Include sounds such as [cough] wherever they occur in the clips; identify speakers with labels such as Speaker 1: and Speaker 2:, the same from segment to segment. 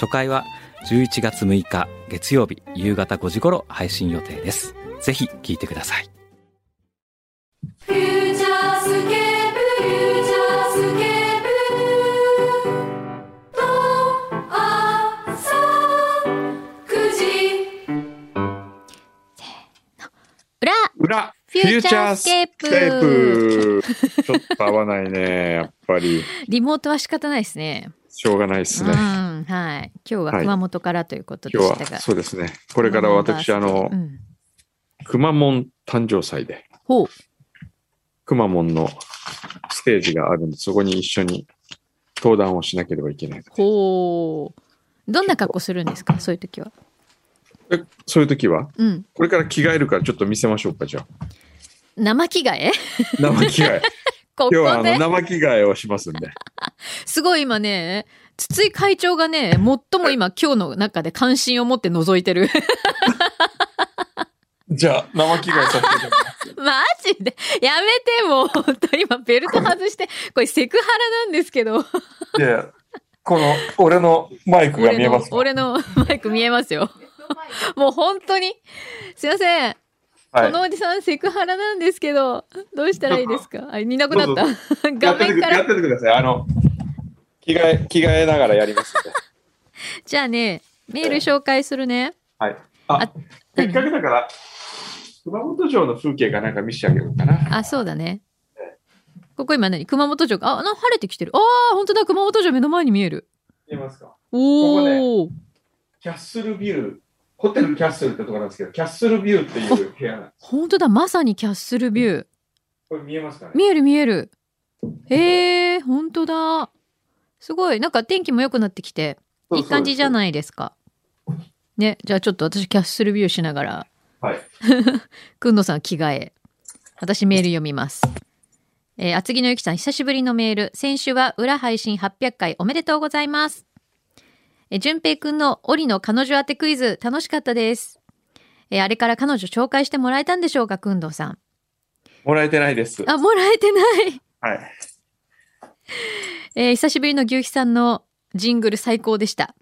Speaker 1: 初回は11月6日月曜日夕方5時頃配信予定ですぜひ聞いてください
Speaker 2: フューチャースケープフューチャースケープと朝9時
Speaker 3: 裏
Speaker 4: 裏
Speaker 3: フューチャースケープ
Speaker 4: フューチャースケープちょっと合わないねやっぱり
Speaker 3: リモートは仕方ないですね。
Speaker 4: しょうがないですね
Speaker 3: うん、はい。今日は熊本からということで
Speaker 4: 今
Speaker 3: したが、
Speaker 4: 日はそうですねこれから私あの
Speaker 3: うん
Speaker 4: くまモン誕生祭で
Speaker 3: ほう、
Speaker 4: くまモンのステージがあるんでそこに一緒に登壇をしなければいけない
Speaker 3: ほう。どんな格好するんですか、そういう時は。
Speaker 4: えそういう時は
Speaker 3: うん、
Speaker 4: これから着替えるからちょっと見せましょう
Speaker 3: [laughs]
Speaker 4: かじゃあ
Speaker 3: 生着替え。 [laughs]
Speaker 4: 生着替え
Speaker 3: こ
Speaker 4: 今日は
Speaker 3: こ
Speaker 4: あ
Speaker 3: で
Speaker 4: の。生着替えをしますんです
Speaker 3: ごい今ね。筒井会長がね、最も今今日の中で関心を持って覗いてる。 [laughs]
Speaker 4: じゃあ生着替えさせていただきます
Speaker 3: マジでやめてもう、本当今ベルト外して、これセクハラなんですけど。
Speaker 4: いやこの俺のマイク
Speaker 3: 俺の、俺のマイク見えますよ。もう本当に。すいません。 [laughs] このおじさんセクハラなんですけど、どうしたらいいですかあ、見なくなった
Speaker 4: [laughs] ど。
Speaker 3: 画面か
Speaker 4: や
Speaker 3: ら。
Speaker 4: っててください。あの、着替え、着替えながらやりますんで。
Speaker 3: じゃあね、メール紹介するね。
Speaker 4: はい。あ、
Speaker 3: あ
Speaker 4: せっかくだから、熊本城の風景かなんか見せてあげようかな。
Speaker 3: あ、そうだね。ここ今何熊本城が、あ、な晴れてきてる。ああ、本当だ、熊本城目の前に見える。
Speaker 4: 見えますか
Speaker 3: おお、
Speaker 4: キャッスルビュー、ホテルキャッスルってとこなんですけど、キャッスルビューっていう部屋なんです。
Speaker 3: 本当だ、まさにキャッスルビュー。
Speaker 4: これ見えますかね
Speaker 3: 見える見える。へえ、本当だ。すごい。なんか天気も良くなってきて。いい感じじゃ
Speaker 4: い。
Speaker 3: ないですか。ね、じゃあちょっと私キャッスルビューしながら、
Speaker 4: はい。
Speaker 3: [laughs] くんのさん着替え。私メール読みます。えー厚木のゆきさん、久しぶりのメール。先週は裏配信800回おめでとうございます。えー、淳平くんの檻の彼女当てクイズ、楽しかったです。えーあれから彼女紹介してもらえたんでしょうか、くんどうさん。
Speaker 4: もらえてないです。
Speaker 3: あ、もらえてない。
Speaker 4: はい。
Speaker 3: えー久しぶりの牛皮さんのジングル最高でした。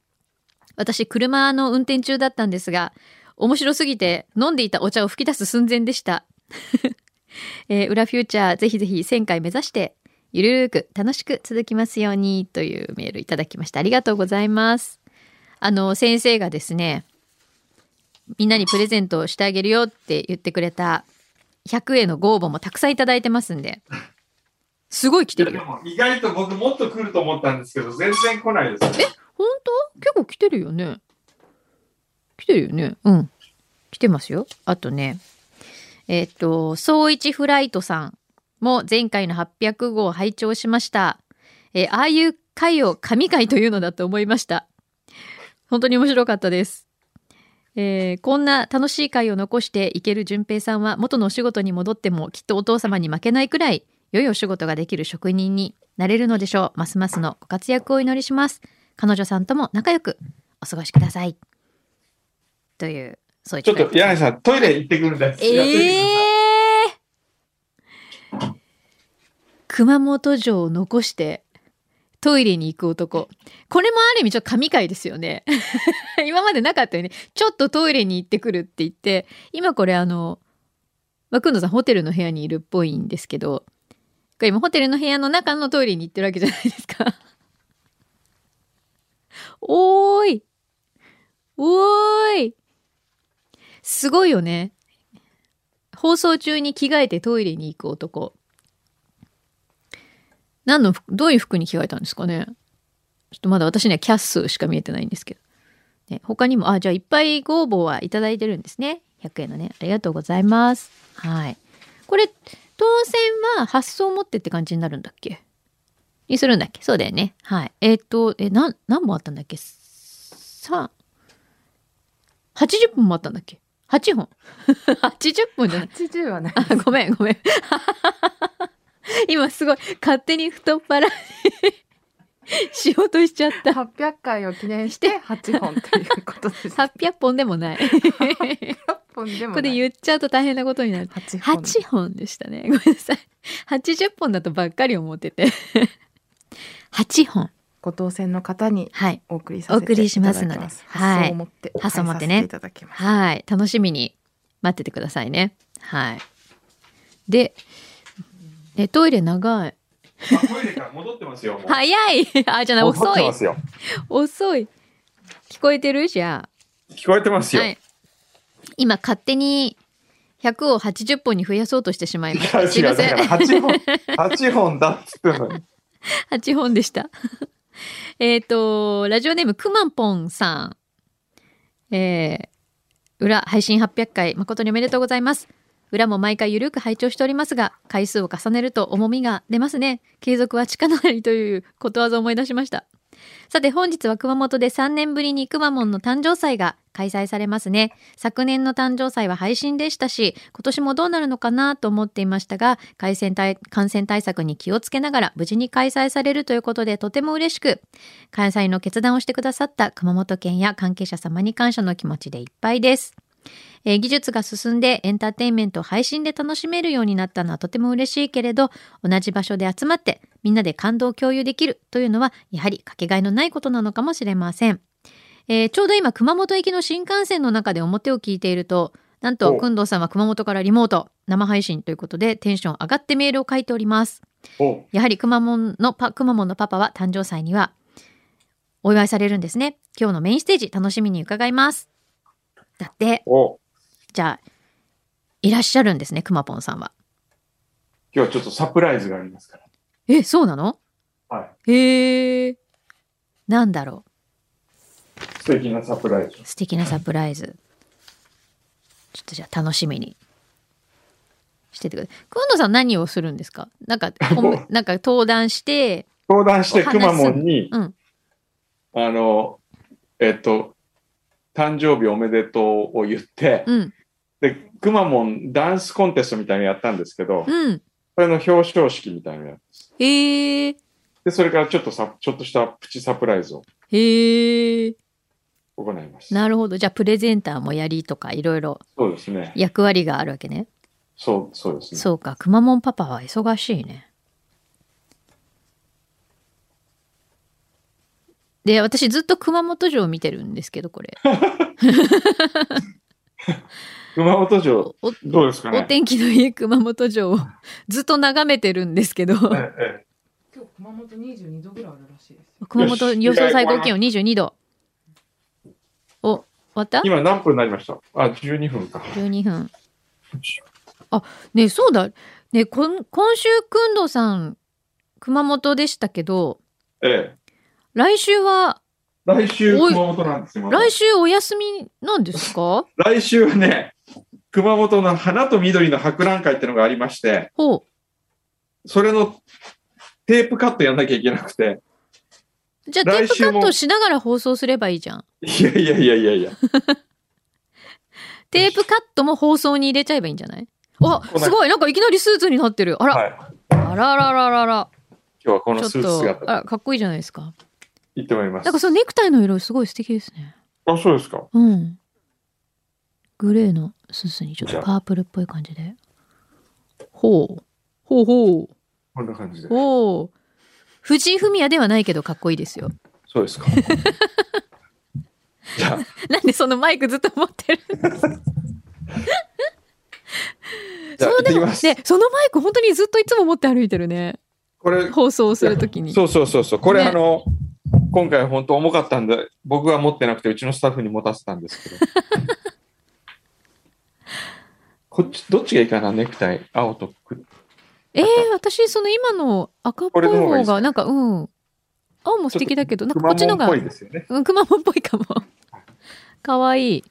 Speaker 3: 私、車の運転中だったんですが、面白すぎて飲んでいたお茶を吹き出す寸前でした。 [laughs] えー、裏フューチャー、ぜひぜひ1000回目指して、ゆるーく楽しく続きますようにというメールいただきました。ありがとうございます。あの、先生がですね、みんなにプレゼントをしてあげるよって言ってくれた100へのご応募もたくさんいただいてますんで、すごい来てるよ。
Speaker 4: も意外と僕もっと来ると思ったんですけど、全然来ないです。
Speaker 3: 本当結構来てるよね来てるよねうん来てますよあとねえっ、と総一フライトさんも前回の800号を拝聴しましたえーああいう回を神回というのだと思いました本当に面白かったですえーこんな楽しい回を残していける順平さんは元のお仕事に戻ってもきっとお父様に負けないくらい良いお仕事ができる職人になれるのでしょうますますのご活躍をお祈りします彼女さんとも仲良くお過ごしくださいというそうい
Speaker 4: ちょっと、柳井さん、トイレ行ってくるんで。
Speaker 3: ええ熊本城を残してトイレに行く男。これもある意味ちょっと神回ですよね。今までなかったよね。ちょっとトイレに行ってくるって言って、今これあの、まあ、くんのさんホテルの部屋にいるっぽいんですけど、これ今ホテルの部屋の中のトイレに行ってるわけじゃないですか。おーいおーいすごいよね。放送中に着替えてトイレに行く男。何の服、どういう服に着替えたんですかねちょっとまだ私にはキャッスーしか見えてないんですけど。ね、他にも、あ、じゃあいっぱいご応募はいただいてるんですね。100円のね。ありがとうございます。はい。これ、当選は発送を持ってって感じになるんだっけにするんだっけそうだよね。はい。えーっと、え、なん、何本あったんだっけ ?3 三80分もあったんだっけ ?8 本。80分じゃない。
Speaker 5: 80はない。
Speaker 3: あ、 [laughs] ごめん、ごめん。今すごい、勝手に太っ腹にしようとしちゃった。
Speaker 5: 800回を記念して8本ということです。800
Speaker 3: 800本でもない。
Speaker 5: 本でも
Speaker 3: こ
Speaker 5: な
Speaker 3: れ
Speaker 5: い。
Speaker 3: 言っちゃうと大変なことになる。
Speaker 5: 8本。
Speaker 3: 8本でしたね。ごめんなさい。80本だとばっかり思ってて。8本。
Speaker 5: ご当選の方に
Speaker 3: はい。
Speaker 5: お送りさせていただきます。
Speaker 3: お送りしますのではい
Speaker 5: 発想を持って。
Speaker 3: 発想を持ってね
Speaker 5: はいさせいただきます。
Speaker 3: はい。楽しみに待っててくださいね。はい。で、え、トイレ長い。
Speaker 4: トイレから戻ってますよ。もう
Speaker 3: 早い [laughs] あ、じゃない、
Speaker 4: 戻っ
Speaker 3: 遅
Speaker 4: て
Speaker 3: い
Speaker 4: ま。すよ。
Speaker 3: 遅い。聞こえてるじゃ
Speaker 4: 聞こえてます
Speaker 3: あ。
Speaker 4: よ。
Speaker 3: は、い。今、勝手に100を80本に増やそうとしてしまいまし
Speaker 4: 違う
Speaker 3: た。すい
Speaker 4: 違
Speaker 3: ま
Speaker 4: う。だ
Speaker 3: せ
Speaker 4: か
Speaker 3: ん
Speaker 4: ら。8本、8本だっつってんのに。
Speaker 3: 8本でした。 [laughs] えっと、ラジオネームくまんぽんさん。えー、裏配信800回誠におめでとうございます。裏も毎回ゆるく拝聴しておりますが、回数を重ねると重みが出ますね。継続は力なりということわざを思い出しました。さて本日は熊本で3年ぶりにくまモンの誕生祭が開催されますね。昨年の誕生祭は配信でしたし、今年もどうなるのかなと思っていましたが、感染対感染対策に気をつけながら無事に開催されるということでとても嬉しく、開催の決断をしてくださった熊本県や関係者様に感謝の気持ちでいっぱいです。えー技術が進んでエンターテインメントを配信で楽しめるようになったのはとても嬉しいけれど同じ場所で集まってみんなで感動を共有できるというのはやはりかけがえのないことなのかもしれません、えーちょうど今熊本行きの新幹線の中で表を聞いているとなんと
Speaker 4: お
Speaker 3: 工藤さんは熊本からリモート生配信ということでテンション上がってメールを書いております
Speaker 4: お
Speaker 3: やはりくまモンのパ、くまモンのパパは誕生祭にはお祝いされるんですね。今日のメインステージ楽しみに伺います。だって、
Speaker 4: お
Speaker 3: じゃあ、いらっしゃるんですね、くまぽんさんは。
Speaker 4: 今日はちょっとサプライズがありますか
Speaker 3: え、そうなの
Speaker 4: ら。はい。
Speaker 3: へえ。なんだろ
Speaker 4: 素敵なサプライズ
Speaker 3: う。。素敵なサプライズ。ちょっとじゃあ楽しみに。しててください。くんどさん何をするんですかなんか、おむなんか登壇して、
Speaker 4: 相談して
Speaker 3: お話しす
Speaker 4: く
Speaker 3: る
Speaker 4: まモンに、
Speaker 3: うん
Speaker 4: あの、えっと、誕生日おめでとうを言って、
Speaker 3: うん、
Speaker 4: で、くまモンダンスコンテストみたいなのやったんですけど、
Speaker 3: うん。
Speaker 4: それの表彰式みたいなのやって
Speaker 3: へえ、
Speaker 4: で、それからちょっとさ、ちょっとしたプチサプライズを
Speaker 3: へえ。
Speaker 4: 行います。
Speaker 3: なるほど。じゃあ、プレゼンターもやりとか、いろいろ
Speaker 4: そうですね。
Speaker 3: 役割があるわけね。
Speaker 4: そう、そうですね。
Speaker 3: そうか、くまモンパパは忙しいね。で、私ずっと熊本城を見てるんですけど、これ。
Speaker 4: 熊本城、
Speaker 3: お
Speaker 4: どうですか
Speaker 3: お
Speaker 4: ね
Speaker 3: 天気のいい熊本城をずっと眺めてるんですけど、
Speaker 4: ええええ
Speaker 5: 今日熊本22度ぐらいあるらしいですよ。
Speaker 3: 熊本予想最高気温22度。お、終わった
Speaker 4: 今何分になりましたあ、12分か。
Speaker 3: ?12 分。ねえそうだ。ねえこん今週、くんどうさん、熊本でしたけど、
Speaker 4: ええ。
Speaker 3: 来週は、
Speaker 4: 来週、
Speaker 3: おい
Speaker 4: 熊本なんですよ。まだ
Speaker 3: 来週お休みなんですか
Speaker 4: 来週はね、熊本の花と緑の博覧会ってのがありまして、
Speaker 3: ほう。
Speaker 4: それのテープカットやんなきゃいけなくて、
Speaker 3: じゃあ、テー
Speaker 4: 来
Speaker 3: プ
Speaker 4: 週
Speaker 3: カ
Speaker 4: も
Speaker 3: ットしながら放送すればいいじゃん。
Speaker 4: いやいやいやいやいや、
Speaker 3: テープカットも放送に入れちゃえばいいんじゃないあ、
Speaker 4: ない
Speaker 3: すごいなんかいきなりスーツになってる。あら、
Speaker 4: はい、
Speaker 3: あららららら。
Speaker 4: 今日はこ
Speaker 3: ちょ
Speaker 4: の
Speaker 3: っ
Speaker 4: スーツ姿
Speaker 3: と、
Speaker 4: で
Speaker 3: あら、かっこいいじゃないですか。
Speaker 4: 行ってまいります
Speaker 3: なんか。そのネクタイの色すごい素敵ですね。
Speaker 4: あ、そうですか。
Speaker 3: うん。グレーのスーツにちょっとパープルっぽい感じで。ほう。ほうほう。
Speaker 4: こんな感じで。
Speaker 3: ほう。藤井フミヤではないけどかっこいいですよ。
Speaker 4: そうですか。じゃあ、
Speaker 3: なんでそのマイクずっと持ってる
Speaker 4: じゃあ行
Speaker 3: う
Speaker 4: ってきます。
Speaker 3: ね、そのマイク本当にずっといつも持って歩いてる
Speaker 4: [laughs]
Speaker 3: ね。
Speaker 4: これ、
Speaker 3: 放送するときに。
Speaker 4: そうそうそうそう、これ、
Speaker 3: ね
Speaker 4: あの、今回本当重かったんで、僕は持ってなくて、うちのスタッフに持たせたんですけ
Speaker 3: [laughs]
Speaker 4: ど。こっち、どっちがいいかな、ネクタイ、青と黒。
Speaker 3: えー、私、その今の赤っぽい
Speaker 4: これの方が
Speaker 3: 方
Speaker 4: いいっす
Speaker 3: が、なんか、うん。青も素敵だけど、なんかこっちのが
Speaker 4: 熊本っぽい、ですよね。
Speaker 3: うん、くまモンっぽいかも。かわいい。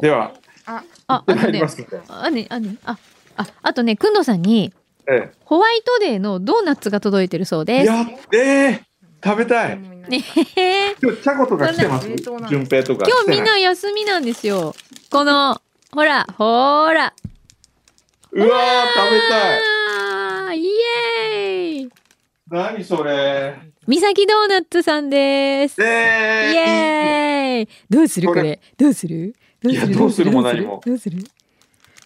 Speaker 4: では、
Speaker 3: あ、あ
Speaker 4: 行
Speaker 3: と
Speaker 4: ってまいり
Speaker 3: ね
Speaker 4: ま、すので。
Speaker 3: あ、ね、あ、ね、あ、あ、あとね、くんどうさんに、
Speaker 4: え
Speaker 3: ホワイトデーのドーナツが届いてるそう
Speaker 4: え
Speaker 3: です。
Speaker 4: やってー食べたい
Speaker 5: もいない
Speaker 3: えへへ
Speaker 4: 今日、チャコとか来てます
Speaker 5: そんな
Speaker 4: 順平とか。
Speaker 3: 今日みん
Speaker 4: 来てい
Speaker 3: な休みなんですよ。この、ほら、ほーら。
Speaker 4: うわー、食べたい
Speaker 3: あーイエーイ
Speaker 4: 何それ
Speaker 3: 三崎ドーナツさんです。
Speaker 4: え
Speaker 3: イ
Speaker 4: ー
Speaker 3: エーイどうするこ
Speaker 4: これ
Speaker 3: れ。どうするどうす
Speaker 4: い
Speaker 3: る
Speaker 4: やどうするも何も
Speaker 3: どうするどうする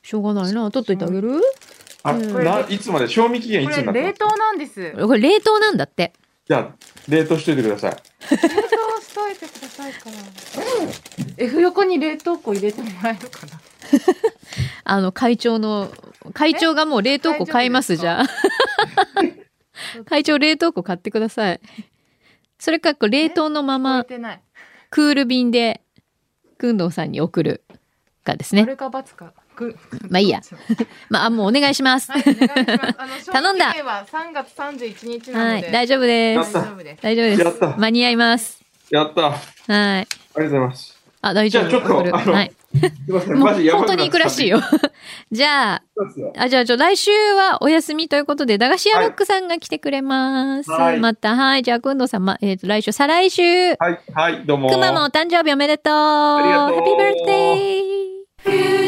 Speaker 3: しょうがないな。取っといてあげる
Speaker 4: あ
Speaker 3: うん
Speaker 4: ないつまで賞味期限い
Speaker 5: こ
Speaker 4: つにな
Speaker 5: れ
Speaker 4: ったの
Speaker 5: 冷凍なんです。冷
Speaker 3: これ冷凍なんだって。
Speaker 4: じゃあ、冷凍しといてください。
Speaker 5: 凍しといてくださいから。F 横に冷凍庫入れてもらえるかな。
Speaker 3: あの、会長の、会長がもう冷凍庫買います、
Speaker 5: 大
Speaker 3: じ
Speaker 5: 丈
Speaker 3: ゃあ。会長冷凍庫買ってください。それか、こう冷凍のま
Speaker 5: 入れ
Speaker 3: ま、
Speaker 5: てない。
Speaker 3: クール便で、くんどうさんに送るかですね。
Speaker 5: 丸か×か。く
Speaker 3: まあいいや。まああ、もうお願いします。
Speaker 5: [laughs] はい、お願いします。あの、
Speaker 3: 頼んだ
Speaker 5: 賞味期限は3月31日な
Speaker 3: は
Speaker 5: の
Speaker 3: い、
Speaker 5: で。
Speaker 3: 大丈夫で
Speaker 4: や
Speaker 3: す
Speaker 4: っ。
Speaker 5: 大丈夫です。
Speaker 3: 大丈夫
Speaker 4: や
Speaker 3: で
Speaker 4: った
Speaker 3: す。間に合います。
Speaker 4: やったあ
Speaker 3: はい。
Speaker 4: りがとうございます。
Speaker 3: あ、大丈夫。
Speaker 4: じゃあちょっと
Speaker 3: 送る
Speaker 4: あの
Speaker 3: はい。
Speaker 4: すいません、
Speaker 3: もう
Speaker 4: マジやば
Speaker 3: 本当に行くらしいよ。 [laughs] じゃあ、あ、じゃあ、ちょ、来週はお休みということで、駄菓子屋ロックさんが来てくれます。
Speaker 4: はい
Speaker 3: また、はい。じゃあ、くんどさん、ま、えっ、と、来週、再来週、く
Speaker 4: はい、はい、どうも。
Speaker 3: まモンお誕生日おめでとう。
Speaker 4: りがとう
Speaker 3: ハッピーバースデー。
Speaker 2: フューチャースケープ